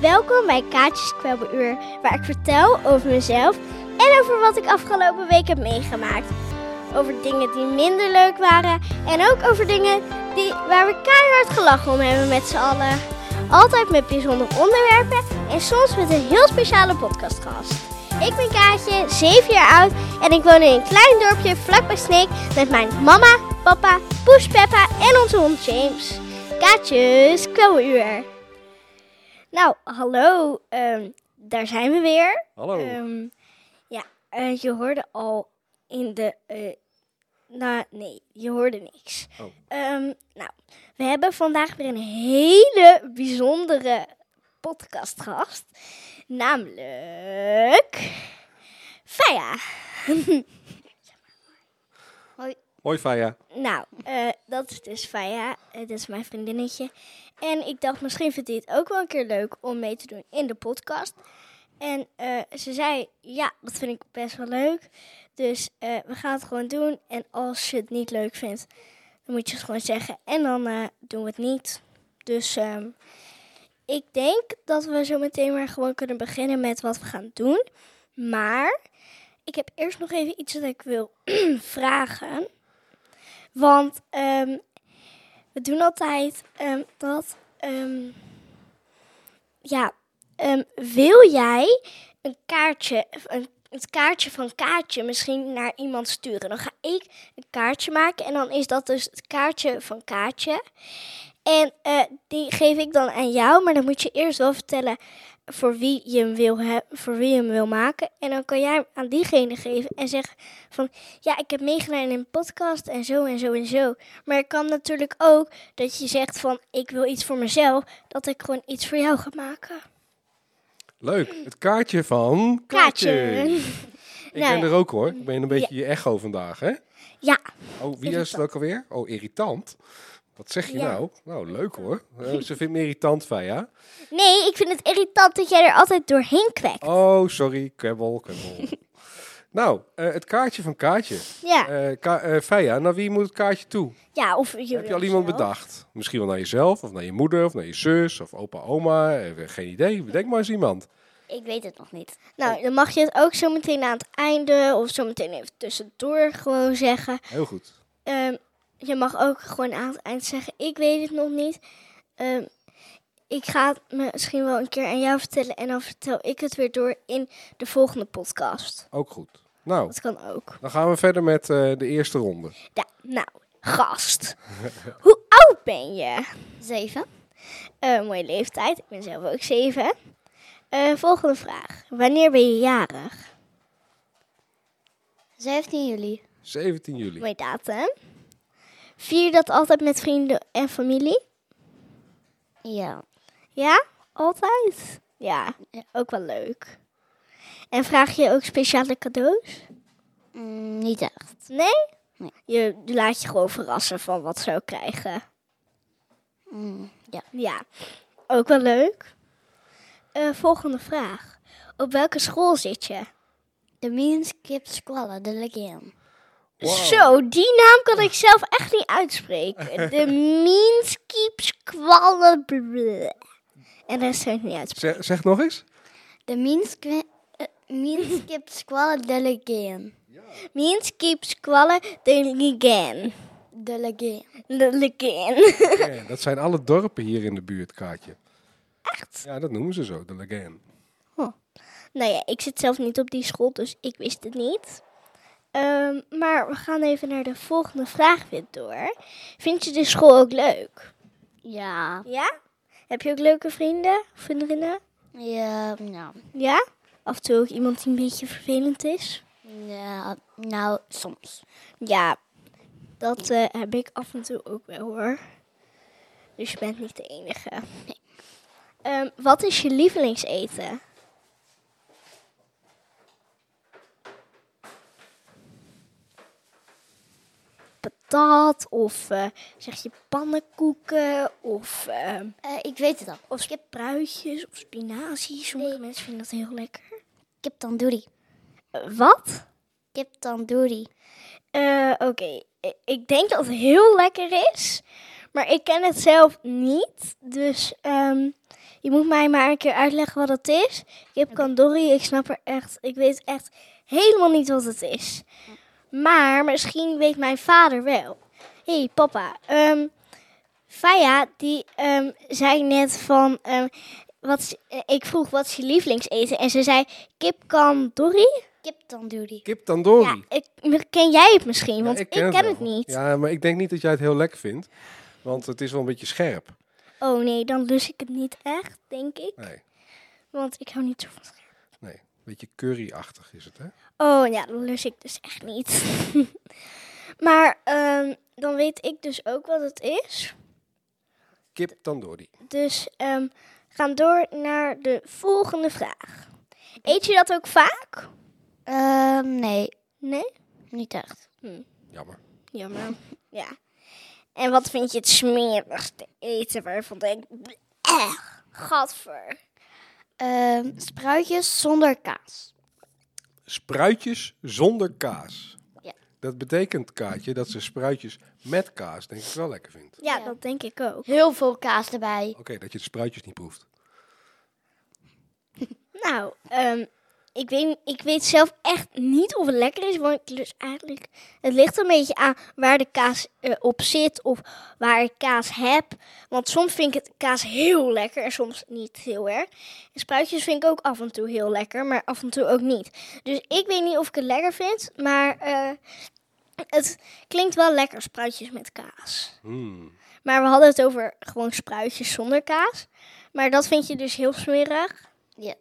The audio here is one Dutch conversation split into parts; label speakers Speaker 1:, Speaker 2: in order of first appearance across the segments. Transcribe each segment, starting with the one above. Speaker 1: Welkom bij Kaatjes Kwebbeluur, waar ik vertel over mezelf en over wat ik afgelopen week heb meegemaakt. Over dingen die minder leuk waren en ook over dingen die, waar we keihard gelachen om hebben met z'n allen. Altijd met bijzondere onderwerpen en soms met een heel speciale podcastgast. Ik ben Kaatje, 7 jaar oud en ik woon in een klein dorpje vlakbij Sneek met mijn mama, papa, poes Peppa en onze hond James. Kaatjes Kwebbeluur. Nou, hallo, ehm, daar zijn we weer.
Speaker 2: Hallo.
Speaker 1: Ehm, ja, eh, je hoorde al in de. eh, nou, nee, je hoorde niks.
Speaker 2: Oh.
Speaker 1: Ehm, nou, we hebben vandaag weer een hele bijzondere podcastgast. Namelijk. Faya.
Speaker 2: Hoi Faya.
Speaker 1: Nou, eh, dat is dus Faya. Eh, dat is mijn vriendinnetje. En ik dacht, misschien vindt hij het ook wel een keer leuk om mee te doen in de podcast. En eh, ze zei, ja, dat vind ik best wel leuk. Dus eh, we gaan het gewoon doen. En als je het niet leuk vindt, dan moet je het gewoon zeggen. En dan eh, doen we het niet. Dus ehm, ik denk dat we zo meteen maar gewoon kunnen beginnen met wat we gaan doen. Maar ik heb eerst nog even iets dat ik wil vragen. Want ehm, we doen altijd ehm, dat. ehm, ja, ehm, wil jij een kaartje, een, het kaartje van Kaatje misschien naar iemand sturen? Dan ga ik een kaartje maken en dan is dat dus het kaartje van Kaatje. En eh, die geef ik dan aan jou, maar dan moet je eerst wel vertellen voor wie je hem wil, he- voor wie je hem wil maken. En dan kan jij hem aan diegene geven en zeggen van ja, ik heb meegedaan in een podcast en zo en zo en zo. Maar het kan natuurlijk ook dat je zegt van ik wil iets voor mezelf, dat ik gewoon iets voor jou ga maken.
Speaker 2: Leuk. Het kaartje van Ik
Speaker 1: Nou
Speaker 2: ben
Speaker 1: ja.
Speaker 2: er ook hoor. Ik ben een beetje je echo vandaag, hè?
Speaker 1: Ja,
Speaker 2: Oh, wie is het ook alweer? Oh, irritant. Wat zeg je
Speaker 1: Ja.
Speaker 2: nou? Nou, leuk hoor. Eh, ze vindt me irritant, Faya.
Speaker 1: nee, ik vind het irritant dat jij er altijd doorheen kwekt.
Speaker 2: Oh, sorry. Kwebbel, kwebbel. nou, eh, het kaartje van Kaatje.
Speaker 1: Ja,
Speaker 2: Eh, Ka- eh, Faya, naar wie moet het kaartje toe?
Speaker 1: ja of je
Speaker 2: Heb je al iemand bedacht? Misschien wel naar jezelf, of naar je moeder, of naar je zus, of opa, oma. Eh, geen idee. Bedenk maar eens iemand.
Speaker 3: Ik weet het nog niet.
Speaker 1: Nou, dan mag je het ook zo meteen aan het einde of zo meteen even tussendoor gewoon zeggen.
Speaker 2: Heel goed.
Speaker 1: Ehm, je mag ook gewoon aan het eind zeggen: Ik weet het nog niet. Ehm, ik ga het me misschien wel een keer aan jou vertellen. En dan vertel ik het weer door in de volgende podcast.
Speaker 2: Ook goed. Nou,
Speaker 1: Dat kan ook.
Speaker 2: Dan gaan we verder met eh, de eerste ronde.
Speaker 1: Ja, nou, gast. Hoe oud ben je?
Speaker 3: Zeven.
Speaker 1: Eh, mooie leeftijd. Ik ben zelf ook zeven. Eh, volgende vraag. Wanneer ben je jarig?
Speaker 3: 17 juli.
Speaker 2: 17 juli.
Speaker 1: Mooie datum. Vier je dat altijd met vrienden en familie?
Speaker 3: Ja.
Speaker 1: Ja, altijd. Ja, ook wel leuk. En vraag je ook speciale cadeaus?
Speaker 3: Mm, niet echt.
Speaker 1: Nee?
Speaker 3: Nee.
Speaker 1: Je laat je gewoon verrassen van wat ze ook krijgen.
Speaker 3: Mm, ja.
Speaker 1: Ja, ook wel leuk. Eh, volgende vraag. Op welke school zit je?
Speaker 3: De means skip squallen, de legend.
Speaker 2: Wow.
Speaker 1: Zo, die naam kan ik zelf echt niet uitspreken. De means keeps kwallen. bleh. En dat zou ik niet uitspreken.
Speaker 2: Zeg, zeg nog eens.
Speaker 3: De means, squi- eh, means skip squallen, de legend.
Speaker 1: Means keeps kwallen de ligan.
Speaker 3: De legend.
Speaker 1: De ligan.
Speaker 2: Ja, dat zijn alle dorpen hier in de buurt, Kaatje.
Speaker 1: Echt?
Speaker 2: Ja, dat noemen ze zo, de Legend.
Speaker 1: Nou ja, ik zit zelf niet op die school, dus ik wist het niet. Ehm, maar we gaan even naar de volgende vraag weer door. Vind je de school ook leuk?
Speaker 3: Ja.
Speaker 1: Ja? Heb je ook leuke vrienden? Vriendinnen?
Speaker 3: Ja, nou.
Speaker 1: Ja? Af en toe ook iemand die een beetje vervelend is?
Speaker 3: Ja, nou, soms.
Speaker 1: Ja, dat eh, heb ik af en toe ook wel hoor. Dus je bent niet de enige. Ehm, wat is je lievelingseten? Patat of eh, zeg je pannenkoeken of, ehm,
Speaker 3: Eh, ik weet het al.
Speaker 1: of spruitjes of spinazie. Sommige mensen vinden dat heel lekker.
Speaker 3: Kip tandoori.
Speaker 1: Eh, wat?
Speaker 3: Kip tandoori.
Speaker 1: Eh, Oké, I- ik denk dat het heel lekker is, maar ik ken het zelf niet. Dus ehm, Je moet mij maar een keer uitleggen wat dat is. Ik heb kandori, ik snap er echt, ik weet echt helemaal niet wat het is. Maar misschien weet mijn vader wel. Hé hey, papa, ehm Faya die ehm, zei net van, ehm, wat, is- eh, ik vroeg wat is je lievelingseten en ze zei kip kandori.
Speaker 3: Kip tandoori.
Speaker 2: Kip tandoori.
Speaker 1: Ja, ik, ken jij het misschien, want
Speaker 2: Ja,
Speaker 1: ik ken, het,
Speaker 2: wel.
Speaker 1: niet.
Speaker 2: Ja, maar ik denk niet dat jij het heel lekker vindt. Want het is wel een beetje scherp.
Speaker 1: Oh nee, dan lust ik het niet echt, denk ik.
Speaker 2: Nee,
Speaker 1: Want ik hou niet zo van scherp.
Speaker 2: nee. Een beetje curryachtig is het, hè?
Speaker 1: Oh ja, dan lust ik dus echt niet. maar ehm, dan weet ik dus ook wat het is.
Speaker 2: Kip tandoori.
Speaker 1: Dus ehm gaan door naar de volgende vraag. Eet je dat ook vaak?
Speaker 3: Ehm, nee,
Speaker 1: Nee?
Speaker 3: niet echt.
Speaker 2: Jammer.
Speaker 1: Jammer. Ja. En wat vind je het smerigste eten waarvan denk ik... Echt, gadver.
Speaker 3: Ehm, spruitjes zonder kaas.
Speaker 2: Spruitjes zonder kaas.
Speaker 3: Ja.
Speaker 2: Dat betekent, Kaatje, dat ze spruitjes met kaas denk ik wel lekker vindt.
Speaker 1: Ja,
Speaker 3: Ja.
Speaker 1: dat denk ik ook.
Speaker 3: Heel veel kaas erbij.
Speaker 2: Oké, dat je de spruitjes niet proeft.
Speaker 1: Nou, ehm, ik, weet, ik weet zelf echt niet of het lekker is, want ik lust eigenlijk... Het ligt een beetje aan waar de kaas eh, op zit of waar ik kaas heb. Want soms vind ik het kaas heel lekker en soms niet heel erg. En spruitjes vind ik ook af en toe heel lekker, maar af en toe ook niet. Dus ik weet niet of ik het lekker vind, maar eh, het klinkt wel lekker, spruitjes met kaas.
Speaker 2: Hmm.
Speaker 1: Maar we hadden het over gewoon spruitjes zonder kaas. Maar dat vind je dus heel smerig.
Speaker 3: Ja.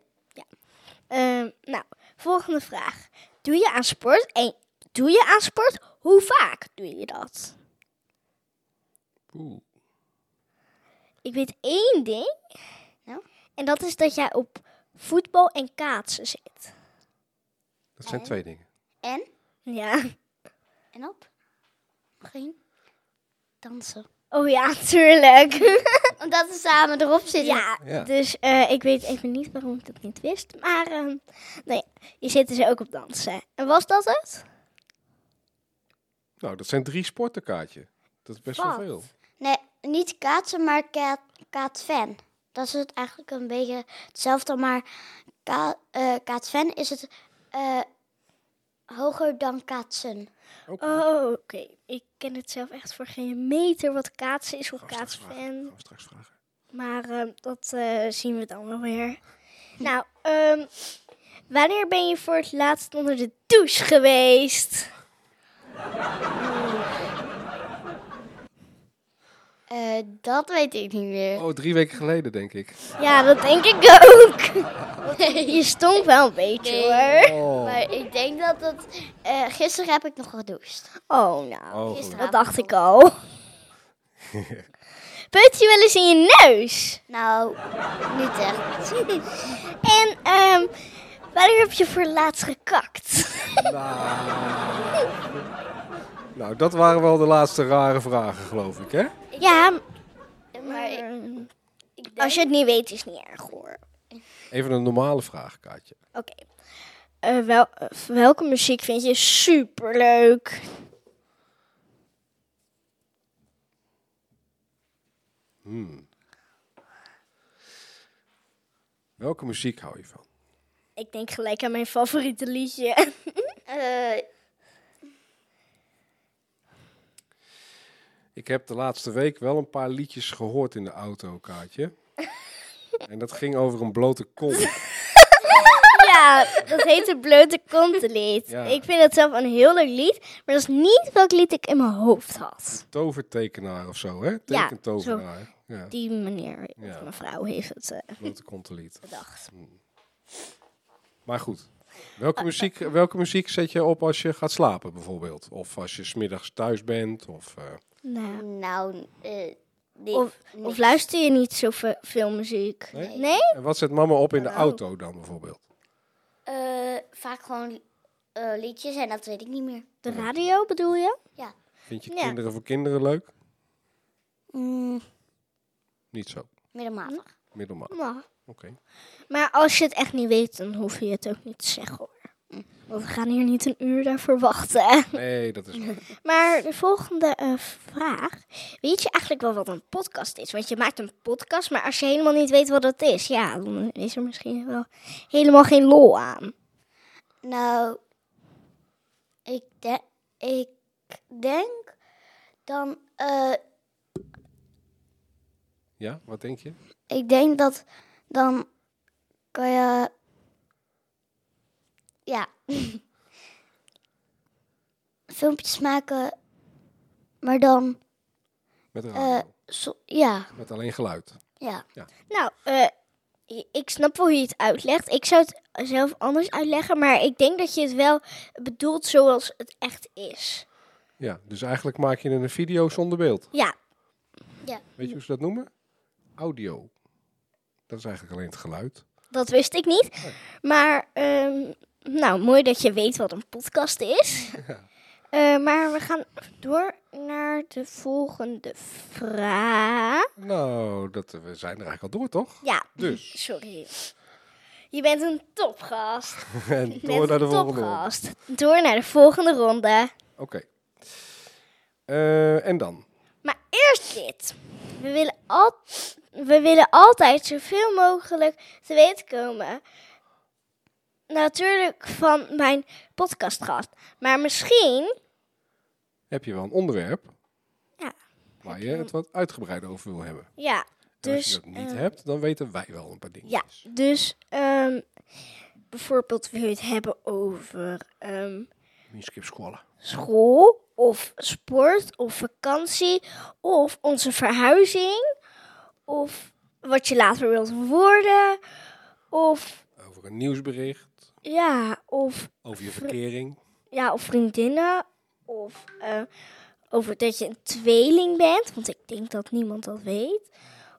Speaker 1: Ehm, nou, volgende vraag. Doe je aan sport? En doe je aan sport? Hoe vaak doe je dat?
Speaker 2: Oeh.
Speaker 1: Ik weet één ding.
Speaker 3: Nou?
Speaker 1: En dat is dat jij op voetbal en kaatsen zit.
Speaker 2: Dat zijn twee dingen.
Speaker 3: En?
Speaker 1: Ja.
Speaker 3: En op? Geen? Dansen.
Speaker 1: Oh ja, tuurlijk.
Speaker 3: Omdat we samen erop zitten.
Speaker 1: ja,
Speaker 2: Ja.
Speaker 1: dus eh, ik weet even niet waarom ik dat niet wist. Maar ehm, nee, je zit dus ook op dansen. En was dat het?
Speaker 2: Nou, dat zijn drie sporten, Kaatje. Dat is best wel
Speaker 1: Wat?
Speaker 2: veel.
Speaker 3: Nee, niet kaatsen, maar kaat, kaatfen. Dat is het eigenlijk een beetje hetzelfde, maar ka, eh, kaatfen is het eh, hoger dan kaatsen.
Speaker 2: Oké.
Speaker 1: Oh, oké. Ik ken het zelf echt voor geen meter wat kaatsen is of
Speaker 2: Gaan we straks vragen.
Speaker 1: kaatsfan.
Speaker 2: Gaan we straks vragen.
Speaker 1: Maar ehm, dat eh, zien we dan wel weer. Nou, ehm, wanneer ben je voor het laatst onder de douche geweest?
Speaker 3: Eh, dat weet ik niet meer.
Speaker 2: Oh, drie weken geleden, denk ik.
Speaker 1: Ja, dat denk ik ook. Je stonk wel een beetje
Speaker 3: Nee.
Speaker 1: hoor.
Speaker 2: Oh,
Speaker 3: Maar ik denk dat het... eh, gisteren heb ik nog gedoucht.
Speaker 1: Oh, nou.
Speaker 2: oh goed.
Speaker 3: Gisteren.
Speaker 1: Dat dacht ik al. Peut je wel eens in je neus?
Speaker 3: Nou, niet echt.
Speaker 1: En ehm, wanneer heb je voor het laatst gekakt?
Speaker 2: Nou. Nou, dat waren wel de laatste rare vragen, geloof ik, hè?
Speaker 1: Ja,
Speaker 3: Maar ik,
Speaker 1: ehm,
Speaker 3: ik denk-
Speaker 1: als je het niet weet, is het niet erg hoor.
Speaker 2: Even een normale vraag, Kaatje.
Speaker 1: Oké. Eh, wel, eh, welke muziek vind je superleuk?
Speaker 2: Welke muziek hou je van?
Speaker 1: Ik denk gelijk aan mijn favoriete liedje.
Speaker 3: eh,
Speaker 2: Ik heb de laatste week wel een paar liedjes gehoord in de auto, Kaatje. En dat ging over een blote kont.
Speaker 1: ja, dat heet het Blote Kontenlied.
Speaker 2: Ja.
Speaker 1: Ik vind het zelf een heel leuk lied, maar dat is niet welk lied ik in mijn hoofd had.
Speaker 2: Tovertekenaar of zo, hè?
Speaker 1: Ja,
Speaker 2: Tekentovenaar. Ja,
Speaker 1: Die meneer of
Speaker 2: Ja.
Speaker 1: mevrouw heeft het eh,
Speaker 2: blote kontenlied.
Speaker 1: bedacht.
Speaker 2: Mm.
Speaker 1: Ah,
Speaker 2: Maar goed. Welke muziek, welke muziek zet je op als je gaat slapen, bijvoorbeeld? Of als je smiddags thuis bent? Of, eh,
Speaker 1: Nou,
Speaker 3: nou, eh, niet.
Speaker 1: of, of luister je niet zoveel veel muziek?
Speaker 2: Nee.
Speaker 1: nee?
Speaker 2: En wat zet mama op in
Speaker 1: Nou.
Speaker 2: de auto dan, bijvoorbeeld?
Speaker 3: Eh, vaak gewoon eh, liedjes en dat weet ik niet meer.
Speaker 1: De radio bedoel je?
Speaker 3: Ja.
Speaker 2: Vind je
Speaker 1: Ja.
Speaker 2: kinderen voor kinderen leuk?
Speaker 3: Mm,
Speaker 2: Niet zo.
Speaker 3: middelmatig.
Speaker 2: Middelmaat. Oké.
Speaker 1: Nou, Maar als je het echt niet weet, dan hoef je het ook niet te zeggen hoor. Want we gaan hier niet een uur daarvoor wachten.
Speaker 2: Nee, dat is waar.
Speaker 1: Maar de volgende eh, vraag. Weet je eigenlijk wel wat een podcast is? Want je maakt een podcast, maar als je helemaal niet weet wat dat is, ja, dan is er misschien wel helemaal geen lol aan.
Speaker 3: Nou, ik, de- ik denk dan. eh,
Speaker 2: Ja, wat denk je?
Speaker 3: ik denk dat dan kan je. Ja. Filmpjes maken, maar dan.
Speaker 2: Met, radio.
Speaker 3: eh, zo- ja,
Speaker 2: met alleen geluid.
Speaker 3: ja.
Speaker 1: Nou, eh, i- ik snap wel hoe je het uitlegt. Ik zou het zelf anders uitleggen, maar ik denk dat je het wel bedoelt zoals het echt is.
Speaker 2: Ja, dus eigenlijk maak je een video zonder beeld.
Speaker 1: Ja,
Speaker 2: Weet je hoe ze dat noemen? Audio. Dat is eigenlijk alleen het geluid.
Speaker 1: dat wist ik niet. Maar, ehm, nou, mooi dat je weet wat een podcast is. Eh, maar we gaan door naar de volgende vraag.
Speaker 2: Nou, dat, we zijn er eigenlijk al door, toch?
Speaker 1: Ja,
Speaker 2: Dus.
Speaker 1: sorry. Je bent een topgast.
Speaker 2: En
Speaker 1: Je bent
Speaker 2: door naar de
Speaker 1: een
Speaker 2: volgende. ronde.
Speaker 1: topgast. Door naar de volgende ronde.
Speaker 2: Oké. Eh, en dan?
Speaker 1: Maar eerst dit. We willen, al, we willen altijd zoveel mogelijk te weten komen. Natuurlijk van mijn podcastgast. Maar misschien.
Speaker 2: heb je wel een onderwerp.
Speaker 1: Ja.
Speaker 2: Waar je het wat uitgebreider over wil hebben.
Speaker 1: Ja,
Speaker 2: En als je
Speaker 1: dus.
Speaker 2: dat niet
Speaker 1: eh,
Speaker 2: hebt, dan weten wij wel een paar dingen.
Speaker 1: ja, dus. ehm, bijvoorbeeld wil je het hebben over ehm,
Speaker 2: Misschien squallen.
Speaker 1: school. Of sport. Of vakantie. Of onze verhuizing. Of wat je later wilt worden. Of
Speaker 2: Over een nieuwsbericht,
Speaker 1: Ja, of,
Speaker 2: over je verkering.
Speaker 1: ja, of vriendinnen. Of eh, over dat je een tweeling bent. Want ik denk dat niemand dat weet.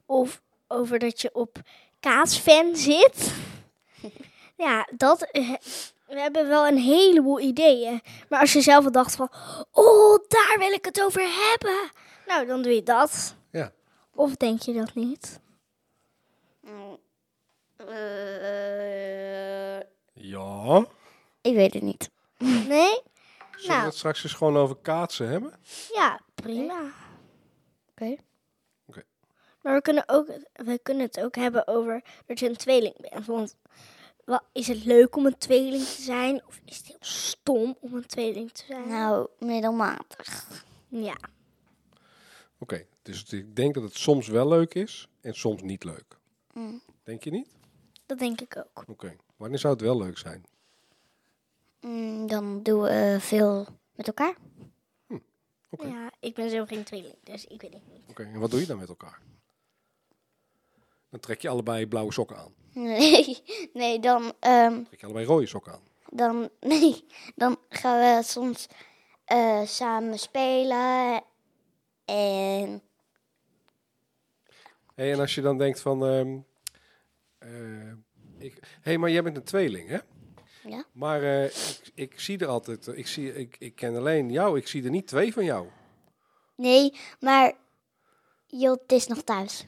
Speaker 1: Of over dat je op kaatsfan zit. ja, dat. eh, we hebben wel een heleboel ideeën. Maar als je zelf al dacht van. Oh, daar wil ik het over hebben. Nou, dan doe je dat.
Speaker 2: Ja.
Speaker 1: Of denk je dat niet?
Speaker 3: Eh,
Speaker 2: Ja.
Speaker 3: ik weet het niet.
Speaker 1: Nee?
Speaker 2: Zullen
Speaker 1: Nou.
Speaker 2: we het straks eens gewoon over kaatsen hebben?
Speaker 1: Ja, prima.
Speaker 3: Oké.
Speaker 1: Maar we kunnen, ook, we kunnen het ook hebben over dat je een tweeling bent. Want wat, is het leuk om een tweeling te zijn? Of is het heel stom om een tweeling te zijn?
Speaker 3: Nou, middelmatig.
Speaker 1: Ja.
Speaker 2: Oké, dus ik denk dat het soms wel leuk is en soms niet leuk.
Speaker 3: Mm.
Speaker 2: Denk je niet?
Speaker 1: Dat denk ik ook.
Speaker 2: Oké. Wanneer zou het wel leuk zijn?
Speaker 3: Mm, dan doen we eh, veel met elkaar.
Speaker 2: Oké.
Speaker 1: Ja, ik ben zelf geen tweeling, dus ik weet het niet.
Speaker 2: Oké, en wat doe je dan met elkaar? Dan trek je allebei blauwe sokken aan.
Speaker 3: Nee, nee dan, ehm,
Speaker 2: Trek je allebei rode sokken aan.
Speaker 3: dan, nee, dan gaan we soms eh, samen spelen. En
Speaker 2: Hey, en als je dan denkt van, ehm, eh, ik, hey, maar jij bent een tweeling, hè?
Speaker 3: Ja.
Speaker 2: Maar eh, ik, ik zie er altijd, ik, zie, ik, ik ken alleen jou, ik zie er niet twee van jou.
Speaker 3: nee, maar Jot is nog thuis.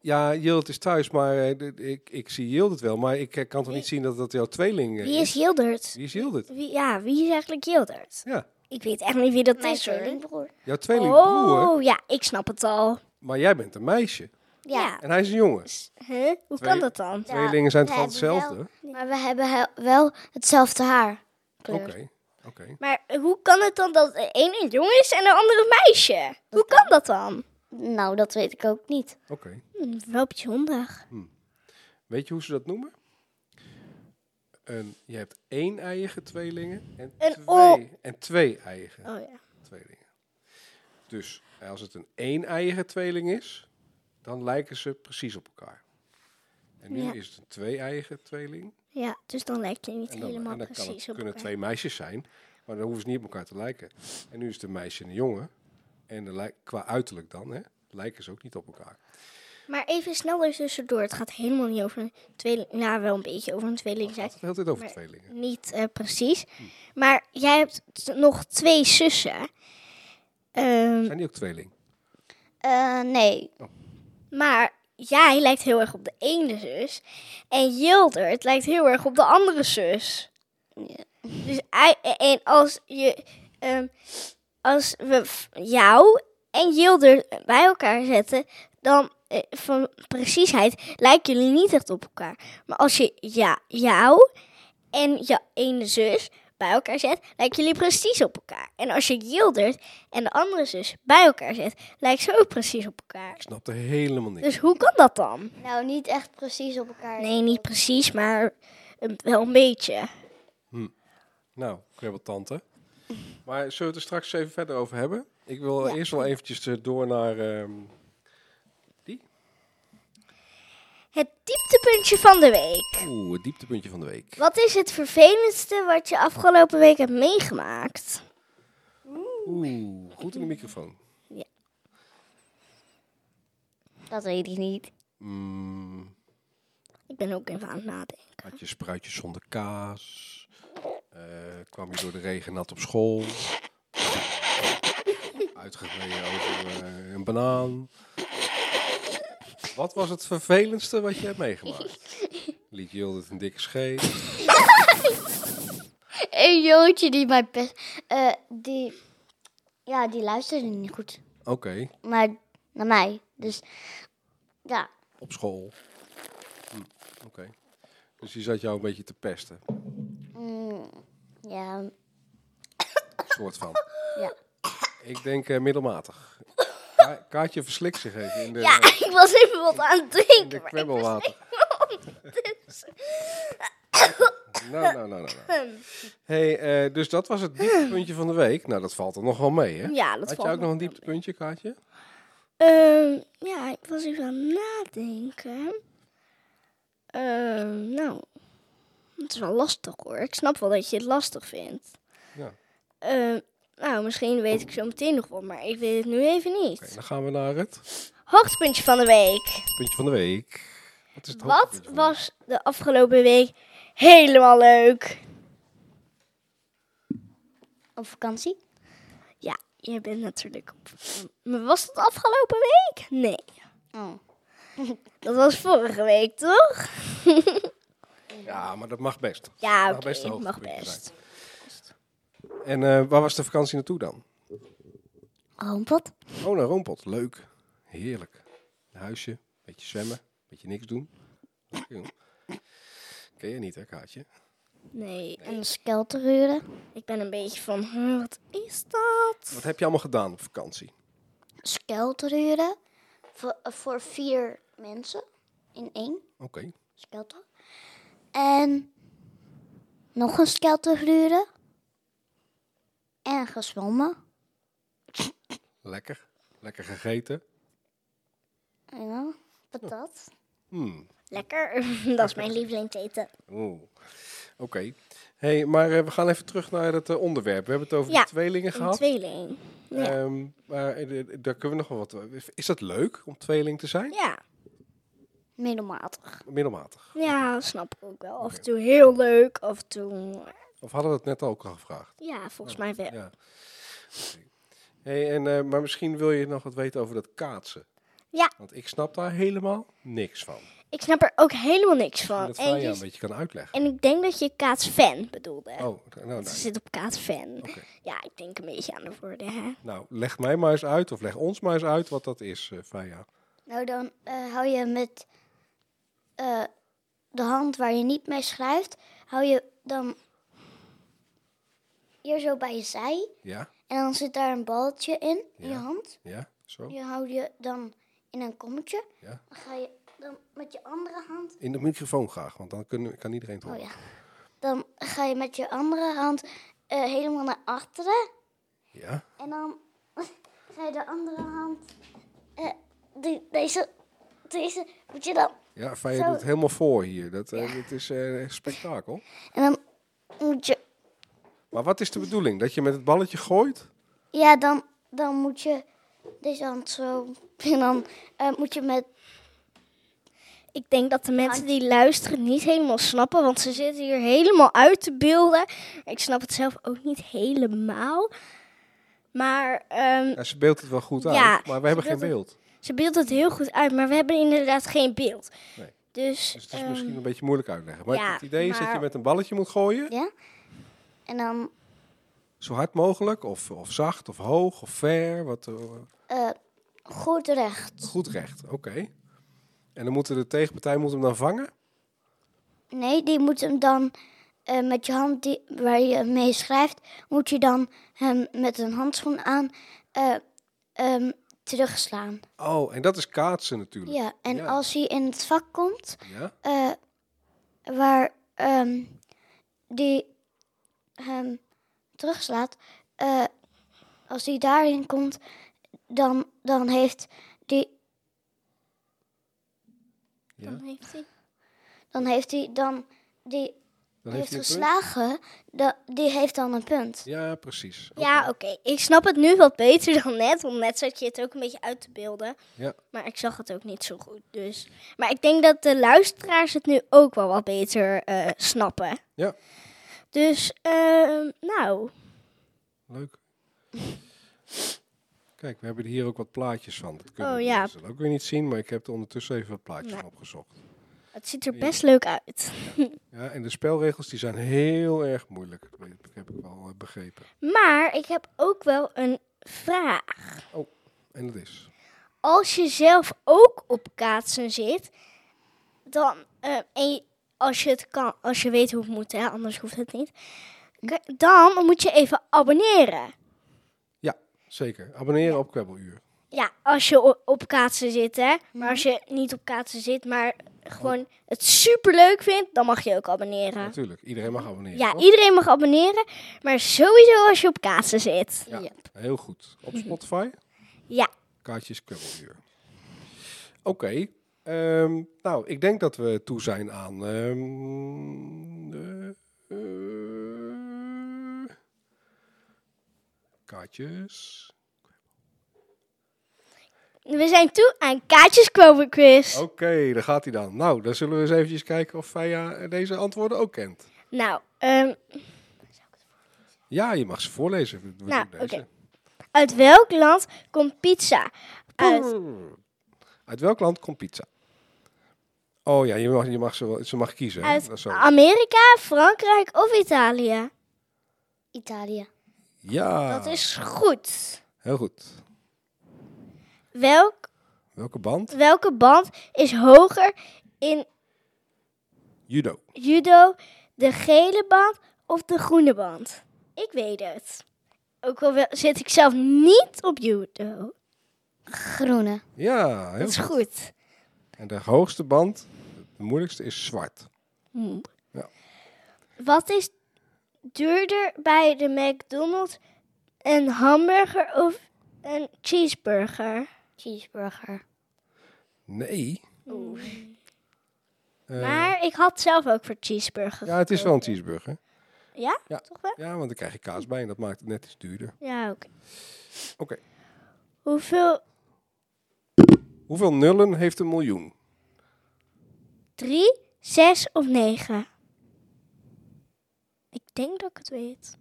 Speaker 2: Ja, Jild is thuis, maar eh, d- ik, ik zie Jild het wel, maar ik eh, kan toch niet zien dat dat jouw tweeling eh,
Speaker 1: Wie is Hildert?
Speaker 2: Wie is Jild het?
Speaker 1: Wie, ja, wie is eigenlijk Hildert?
Speaker 2: Ja,
Speaker 1: Ik weet echt niet wie dat
Speaker 3: Mijn
Speaker 1: is hoor.
Speaker 3: tweelingbroer.
Speaker 2: jouw tweelingbroer,
Speaker 1: Oh, ja, ik snap het al.
Speaker 2: maar jij bent een meisje
Speaker 3: Ja.
Speaker 1: Ja.
Speaker 2: en hij is een jongen.
Speaker 1: Huh? Hoe
Speaker 2: Twee-
Speaker 1: kan dat dan?
Speaker 3: Ja,
Speaker 2: Tweelingen zijn
Speaker 3: we
Speaker 2: toch van
Speaker 3: hebben wel-
Speaker 2: hetzelfde?
Speaker 3: Maar we hebben he- wel hetzelfde haar.
Speaker 2: Oké,
Speaker 3: Kleur.
Speaker 2: oké.
Speaker 1: Maar hoe kan het dan dat de ene een jongen is en de andere een meisje? Hoe kan dat dan?
Speaker 3: Nou, dat weet ik ook niet.
Speaker 2: Oké.
Speaker 1: Hm, wel bijzonder.
Speaker 2: Hm. Weet je hoe ze dat noemen? Een, je hebt één eigen tweelingen en,
Speaker 1: Een
Speaker 2: twee,
Speaker 1: o-
Speaker 2: en twee eigen
Speaker 1: Oh ja.
Speaker 2: tweelingen. Dus als het een één eigen tweeling is, dan lijken ze precies op elkaar. En nu
Speaker 1: Ja.
Speaker 2: is het een twee eigen tweeling.
Speaker 1: Ja, dus dan lijkt hij niet
Speaker 2: En dan,
Speaker 1: helemaal
Speaker 2: en dan kan het,
Speaker 1: precies op
Speaker 2: kunnen
Speaker 1: elkaar.
Speaker 2: twee meisjes zijn, maar dan hoeven ze niet op elkaar te lijken. En nu is het een meisje en een jongen. En dan lijk- qua uiterlijk dan, hè, lijken ze ook niet op elkaar.
Speaker 1: Maar even snel er tussendoor. Het gaat helemaal niet over een tweeling. Nou, wel een beetje over een tweeling zijn.
Speaker 2: Het gaat de hele tijd over
Speaker 1: Maar-
Speaker 2: tweelingen.
Speaker 1: Niet eh, precies.
Speaker 2: Hm.
Speaker 1: Maar jij hebt t- nog twee zussen. Ehm,
Speaker 2: Zijn die ook tweeling?
Speaker 3: Eh, nee,
Speaker 1: maar jij lijkt heel erg op de ene zus. En Jildert lijkt heel erg op de andere zus. Dus ei- en als je ehm, als we f- jou en Jilder bij elkaar zetten, dan eh, van preciesheid lijken jullie niet echt op elkaar. Maar als je ja, jou en je ene zus bij elkaar zet, lijken jullie precies op elkaar. En als je Jilder en de andere zus bij elkaar zet, lijken ze ook precies op elkaar.
Speaker 2: Ik snap er helemaal niks.
Speaker 1: Dus hoe kan dat dan?
Speaker 3: Nou, niet echt precies op elkaar.
Speaker 1: Nee, niet precies, maar eh, wel een beetje.
Speaker 2: Nou, tante. Maar zullen we het er straks even verder over hebben? Ik wil eerst wel eventjes eh, door naar... ehm,
Speaker 1: Het dieptepuntje van de week.
Speaker 2: Oeh, het dieptepuntje van de week.
Speaker 1: Wat is het vervelendste wat je afgelopen week hebt meegemaakt?
Speaker 2: Oeh, goed in de microfoon.
Speaker 3: Dat weet ik niet.
Speaker 2: Mm,
Speaker 1: Ik ben ook even aan het nadenken.
Speaker 2: had je spruitjes zonder kaas? Eh, kwam je door de regen nat op school? Uitgegleden over eh, een banaan? Wat was het vervelendste wat je hebt meegemaakt? Liet Jilde het een dikke scheet?
Speaker 3: Een jongetje die mij pest. eh, die. Ja, die luisterde niet goed.
Speaker 2: Oké,
Speaker 3: Maar naar mij. Dus. Ja.
Speaker 2: op school. Hm, Oké. Dus die zat jou een beetje te pesten.
Speaker 3: Ja.
Speaker 2: soort van.
Speaker 3: Ja.
Speaker 2: Ik denk eh, middelmatig. Ka- Kaartje verslikt zich even in de,
Speaker 1: Ja, ik was even wat aan het
Speaker 2: in de
Speaker 1: drinken. maar ik was
Speaker 2: kwebbelwater.
Speaker 1: ondertussen-
Speaker 2: Nou, nou, nou, nou. nou. Hey, eh, dus dat was het dieptepuntje van de week. Nou, dat valt er nog wel mee, hè?
Speaker 1: Ja, dat
Speaker 2: Had
Speaker 1: valt
Speaker 2: je ook nog
Speaker 1: nog
Speaker 2: een dieptepuntje, Kaartje?
Speaker 1: Ehm, ja, ik was even aan het nadenken. Ehm, nou, het is wel lastig hoor. Ik snap wel dat je het lastig vindt.
Speaker 2: Ja.
Speaker 1: Ehm, nou, misschien weet ik zo meteen nog wel, maar ik weet het nu even niet.
Speaker 2: Oké, dan gaan we naar het
Speaker 1: Hoogtepuntje van de week.
Speaker 2: puntje van de week. Wat, is het
Speaker 1: Wat
Speaker 2: hoogtepuntje van de week?
Speaker 1: was de afgelopen week helemaal leuk?
Speaker 3: Op vakantie?
Speaker 1: Ja, je bent natuurlijk op. Maar was dat afgelopen week? Nee.
Speaker 3: Oh.
Speaker 1: Dat was vorige week, toch?
Speaker 2: Ja, maar dat mag best.
Speaker 1: Ja,
Speaker 2: Mag
Speaker 1: oké,
Speaker 2: Nou, best een
Speaker 1: het mag
Speaker 2: hoogtepuntje
Speaker 1: best.
Speaker 2: En eh, waar was de vakantie naartoe dan?
Speaker 3: Rompot?
Speaker 2: Oh, naar Roompot. Leuk. Heerlijk. Een huisje, beetje zwemmen, beetje niks doen. Lekker, joh. Ken je niet, hè, Kaatje?
Speaker 1: Nee, en
Speaker 3: En skelter huren?
Speaker 1: ik ben een beetje van, huh, wat is dat?
Speaker 2: Wat heb je allemaal gedaan op vakantie?
Speaker 3: Skelter huren? Voor, eh, voor vier mensen. In één
Speaker 2: Oké.
Speaker 3: skelter. En nog een skelter huren. En gezwommen.
Speaker 2: Lekker. Lekker gegeten.
Speaker 3: Ja, patat.
Speaker 2: Hmm.
Speaker 1: Lekker, dat is mijn lievelingseten.
Speaker 2: Oeh. Oké. Hey, maar eh, we gaan even terug naar het eh, onderwerp. We hebben het over
Speaker 1: Ja,
Speaker 2: de tweelingen
Speaker 1: Een
Speaker 2: gehad.
Speaker 1: tweeling. ja.
Speaker 2: Ehm, maar eh, d- daar kunnen we nog wel wat... Is dat leuk om tweeling te zijn?
Speaker 1: Ja,
Speaker 3: Middelmatig.
Speaker 2: Middelmatig.
Speaker 1: ja, snap ik ook wel. Af en toe heel leuk, af en toe...
Speaker 2: Of hadden we het net ook al gevraagd?
Speaker 1: Ja, volgens mij wel.
Speaker 2: Ja. Oké. Hey, en, eh, maar misschien wil je nog wat weten over dat kaatsen.
Speaker 1: Ja.
Speaker 2: Want ik snap daar helemaal niks van. Misschien
Speaker 1: Ik snap er ook helemaal niks van.
Speaker 2: dat
Speaker 1: Oh, En,
Speaker 2: Faya een
Speaker 1: je,
Speaker 2: beetje kan uitleggen.
Speaker 1: en ik denk dat je kaatsfan bedoelde.
Speaker 2: Oh, nou, nou,
Speaker 1: Ze zit op kaasfan.
Speaker 2: Oké.
Speaker 1: Ja, ik denk een beetje aan de woorden, hè?
Speaker 2: nou, leg mij maar eens uit, of leg ons maar eens uit wat dat is, eh Faya.
Speaker 3: Nou, dan eh, hou je met eh, de hand waar je niet mee schrijft, hou je dan hier zo bij je zij.
Speaker 2: Ja?
Speaker 3: En dan zit daar een balletje in, in je
Speaker 2: Ja.
Speaker 3: hand.
Speaker 2: Ja? Zo?
Speaker 3: Die hou je dan in een kommetje.
Speaker 2: Ja.
Speaker 3: Dan ga je dan met je andere hand.
Speaker 2: In de microfoon graag, want dan kunnen, kan iedereen het
Speaker 3: Oh
Speaker 2: horen.
Speaker 3: ja. Dan ga je met je andere hand eh, helemaal naar achteren.
Speaker 2: ja?
Speaker 3: En dan ga je de andere hand. eh, die- deze, deze moet je dan
Speaker 2: Ja, Faya
Speaker 3: Zo.
Speaker 2: doet het helemaal voor hier. Dat, eh, dit is eh, een spektakel.
Speaker 3: En dan moet je.
Speaker 2: Maar wat is de bedoeling? Dat je met het balletje gooit?
Speaker 3: Ja, dan, dan moet je deze hand zo. En dan eh, moet je met.
Speaker 1: Ik denk dat de mensen die luisteren niet helemaal snappen, want ze zitten hier helemaal uit te beelden. Ik snap het zelf ook niet helemaal. Maar ehm,
Speaker 2: Ja, ze beeldt het wel goed uit,
Speaker 1: Ja,
Speaker 2: maar
Speaker 1: ze
Speaker 2: we hebben geen
Speaker 1: beeldt
Speaker 2: beeld.
Speaker 1: ze beeldt het heel goed uit, maar we hebben inderdaad geen beeld.
Speaker 2: Nee.
Speaker 1: Dus,
Speaker 2: Dus het is
Speaker 1: ehm,
Speaker 2: misschien een beetje moeilijk uitleggen. Maar
Speaker 1: ja,
Speaker 2: het idee is dat je
Speaker 1: maar-
Speaker 2: met een balletje moet gooien.
Speaker 3: Ja? En dan
Speaker 2: Zo hard mogelijk? Of, of zacht? Of hoog? Of ver? Wat, eh,
Speaker 3: eh, goed recht.
Speaker 2: goed recht, oké. En dan moet de tegenpartij moet hem dan vangen?
Speaker 3: Nee, die moet hem dan eh, met je hand die, waar je mee schrijft, moet je dan hem met een handschoen aan eh, ehm, terugslaan.
Speaker 2: Oh, en dat is kaatsen natuurlijk.
Speaker 3: Ja, en
Speaker 2: Ja.
Speaker 3: als hij in het vak komt
Speaker 2: Ja?
Speaker 3: eh, waar ehm, die hem terugslaat, eh, als hij daarin komt, dan, dan heeft die
Speaker 2: Ja?
Speaker 1: Dan heeft hij.
Speaker 3: dan heeft hij dan die
Speaker 2: Dan
Speaker 3: heeft
Speaker 2: hij een punt?
Speaker 3: geslagen, da- die heeft dan een punt.
Speaker 2: Ja, precies.
Speaker 1: Ja, oké. Ik snap het nu wat beter dan net. Want net zat je het ook een beetje uit te beelden.
Speaker 2: Ja.
Speaker 1: Maar ik zag het ook niet zo goed. Dus. Maar ik denk dat de luisteraars het nu ook wel wat beter eh, snappen.
Speaker 2: Ja.
Speaker 1: Dus, ehm, nou.
Speaker 2: Leuk. Kijk, we hebben er hier ook wat plaatjes van. Dat kunnen
Speaker 1: Oh,
Speaker 2: we
Speaker 1: ja.
Speaker 2: mensen ook weer niet zien, maar ik heb er ondertussen even wat plaatjes
Speaker 1: Nou.
Speaker 2: van opgezocht.
Speaker 1: Het ziet er best leuk uit.
Speaker 2: Ja, en de spelregels die zijn heel erg moeilijk. Dat weet- heb ik wel eh, begrepen.
Speaker 1: Maar ik heb ook wel een vraag.
Speaker 2: En dat is.
Speaker 1: als je zelf ook op kaatsen zit, dan eh, en je- als je het kan, als je weet hoe het moet, hè, anders hoeft het niet. k- Dan moet je even abonneren.
Speaker 2: Ja, zeker. Abonneren op Kwebbeluur.
Speaker 1: Ja, als je o- op kaatsen zit, hè. Maar als je niet op kaatsen zit, maar gewoon het superleuk vindt, dan mag je ook abonneren.
Speaker 2: Natuurlijk, iedereen mag abonneren.
Speaker 1: Ja,
Speaker 2: toch?
Speaker 1: iedereen mag abonneren, maar sowieso als je op kaatsen zit.
Speaker 2: Ja. Heel goed.
Speaker 1: Mhm.
Speaker 2: Op Spotify,
Speaker 1: Ja,
Speaker 2: kaartjes Kwebbeluur. Oké. ehm, nou, ik denk dat we toe zijn aan... ehm, eh, eh, kaartjes.
Speaker 1: we zijn toe aan kaartjes Quover Quiz.
Speaker 2: Oké, daar gaat hij dan. Nou, dan zullen we eens eventjes kijken of Faya deze antwoorden ook kent.
Speaker 1: Nou, ehm,
Speaker 2: Ja, je mag ze voorlezen. We doen
Speaker 1: Nou,
Speaker 2: deze.
Speaker 1: oké. uit welk land komt pizza? Uit
Speaker 2: Uit welk land komt pizza? Oh ja, je mag, je mag ze, wel, ze mag kiezen. hè? Dat is
Speaker 1: Uit
Speaker 2: zo.
Speaker 1: Amerika, Frankrijk of Italië?
Speaker 3: Italië.
Speaker 2: Ja,
Speaker 1: Dat is goed.
Speaker 2: heel goed.
Speaker 1: Welk,
Speaker 2: Welke band?
Speaker 1: welke band is hoger in
Speaker 2: Judo.
Speaker 1: judo? De gele band of de groene band? Ik weet het. Ook al wel- zit ik zelf niet op judo.
Speaker 3: Groene.
Speaker 2: Ja, heel
Speaker 1: Dat is
Speaker 2: goed.
Speaker 1: goed.
Speaker 2: En de hoogste band, de moeilijkste, is zwart.
Speaker 1: Hm.
Speaker 2: Ja.
Speaker 1: Wat is duurder bij de McDonald's? Een hamburger of een cheeseburger?
Speaker 3: Cheeseburger.
Speaker 2: Nee. Eh,
Speaker 1: maar ik had zelf ook voor cheeseburger.
Speaker 2: ja, het is wel een cheeseburger.
Speaker 1: Ja?
Speaker 2: Ja.
Speaker 1: Toch wel?
Speaker 2: Ja, want dan krijg je kaas bij en dat maakt het net iets duurder.
Speaker 1: Ja, oké.
Speaker 2: Oké.
Speaker 1: Hoeveel?
Speaker 2: Hoeveel nullen heeft een miljoen?
Speaker 1: Drie, zes of negen? Ik denk dat ik het weet.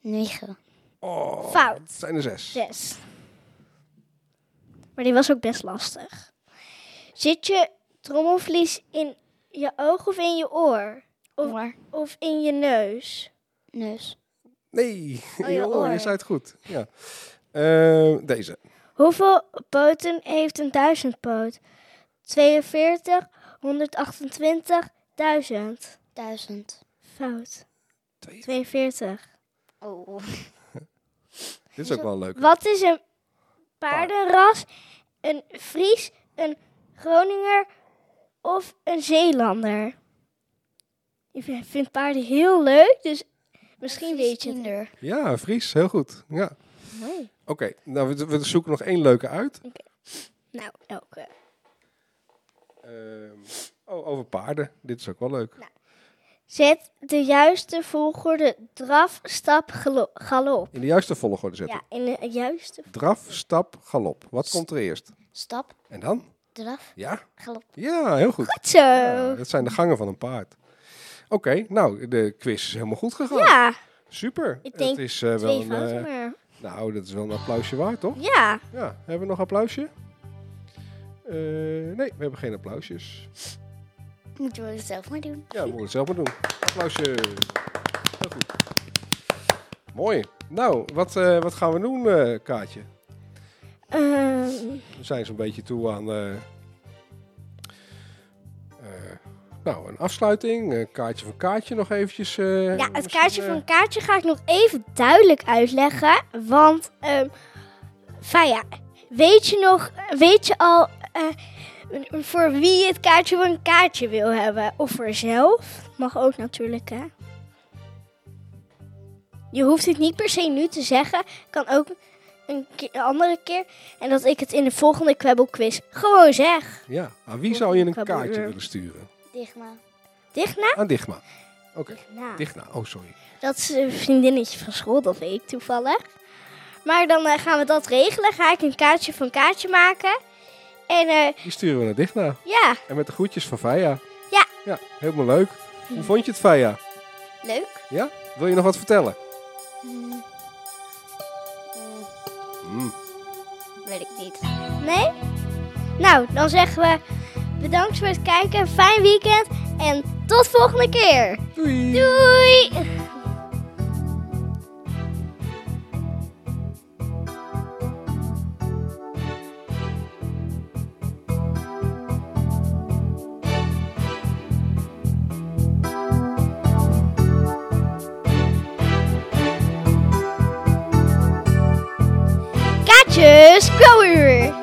Speaker 3: 9.
Speaker 2: Oh,
Speaker 1: Fout.
Speaker 2: het zijn er zes.
Speaker 1: Zes. Maar die was ook best lastig. Zit je trommelvlies in je oog of in je oor? Of,
Speaker 3: Oor.
Speaker 1: of in je neus?
Speaker 3: Neus.
Speaker 2: Nee,
Speaker 1: Oh,
Speaker 2: je
Speaker 1: je
Speaker 2: oor, je
Speaker 1: oor.
Speaker 2: zei het goed. Ja. Eh, deze.
Speaker 1: Hoeveel poten heeft een duizendpoot? 42, 128, 1000.
Speaker 3: 1000.
Speaker 1: Fout.
Speaker 2: Twee.
Speaker 1: 42.
Speaker 3: Oh.
Speaker 2: Dit is ook wel leuk.
Speaker 1: Wat is een paardenras? Een Fries, een Groninger of een Zeelander? Ik vind- vind paarden heel leuk, dus misschien weet je het.
Speaker 3: er.
Speaker 2: Ja, Fries, heel goed. Ja. Oké,
Speaker 1: Mooi.
Speaker 2: nou, we, we zoeken nog één leuke uit.
Speaker 1: Nou, elke.
Speaker 2: Ehm, oh, over paarden. Dit is ook wel leuk.
Speaker 1: Zet de juiste volgorde draf, stap, galo- galop.
Speaker 2: In de juiste volgorde zetten.
Speaker 1: Ja, in de juiste.
Speaker 2: Draf, stap, galop. Wat komt er eerst?
Speaker 3: Stap,
Speaker 2: En dan?
Speaker 3: draf,
Speaker 2: Ja?
Speaker 3: galop.
Speaker 2: Ja, heel goed.
Speaker 1: Zo.
Speaker 2: Ja, dat zijn de gangen van een paard. Oké, nou, de quiz is helemaal goed gegaan.
Speaker 1: Ja,
Speaker 2: Super.
Speaker 1: Ik denk
Speaker 2: het is, eh, wel
Speaker 1: twee
Speaker 2: een,
Speaker 1: fouten
Speaker 2: eh,
Speaker 1: maar.
Speaker 2: nou, dat is wel een applausje waard, toch?
Speaker 1: Ja,
Speaker 2: Ja, hebben we nog applausje? Eh, nee, we hebben geen applausjes.
Speaker 3: Moeten we het zelf maar doen.
Speaker 2: Ja, we moeten het zelf maar doen. Applausje. Heel goed. Mooi. Nou, wat, eh, wat gaan we doen, eh, Kaatje?
Speaker 1: Ehm,
Speaker 2: We zijn zo'n beetje toe aan eh, eh, nou, een afsluiting. Een kaartje van Kaatje nog eventjes. eh,
Speaker 1: ja, het
Speaker 2: misschien,
Speaker 1: kaartje
Speaker 2: eh,
Speaker 1: van kaartje ga ik nog even duidelijk uitleggen. Want, ehm Faya, weet je nog, weet je al eh, voor wie je het kaartje van kaartje wil hebben? Of voor zelf? Mag ook natuurlijk, hè? Je hoeft het niet per se nu te zeggen. Kan ook een, keer- een andere keer. En dat ik het in de volgende kwebbelquiz gewoon zeg.
Speaker 2: Ja, aan wie zou je een
Speaker 1: Qua
Speaker 2: kaartje
Speaker 1: kleur.
Speaker 2: willen sturen?
Speaker 3: Digma.
Speaker 1: Digna?
Speaker 2: Aan Digma. Oké,
Speaker 1: Nou.
Speaker 2: Digma. Oh, sorry.
Speaker 1: Dat is een vriendinnetje van school, dat weet ik toevallig. Maar dan eh, gaan we dat regelen. Ga ik een kaartje van kaartje maken. En eh,
Speaker 2: Die sturen we naar Digma.
Speaker 1: ja,
Speaker 2: En met de groetjes van Faya.
Speaker 1: Ja.
Speaker 2: Ja, helemaal leuk. Hoe vond je het, Faya?
Speaker 3: Leuk.
Speaker 2: Ja? Wil je nog wat vertellen?
Speaker 3: Hmm. Hmm,
Speaker 2: Mm.
Speaker 3: weet ik niet.
Speaker 1: nee? Nou, dan zeggen we bedankt voor het kijken. Fijn weekend en tot volgende keer.
Speaker 2: Doei.
Speaker 1: Doei! Kaatjes, go uur!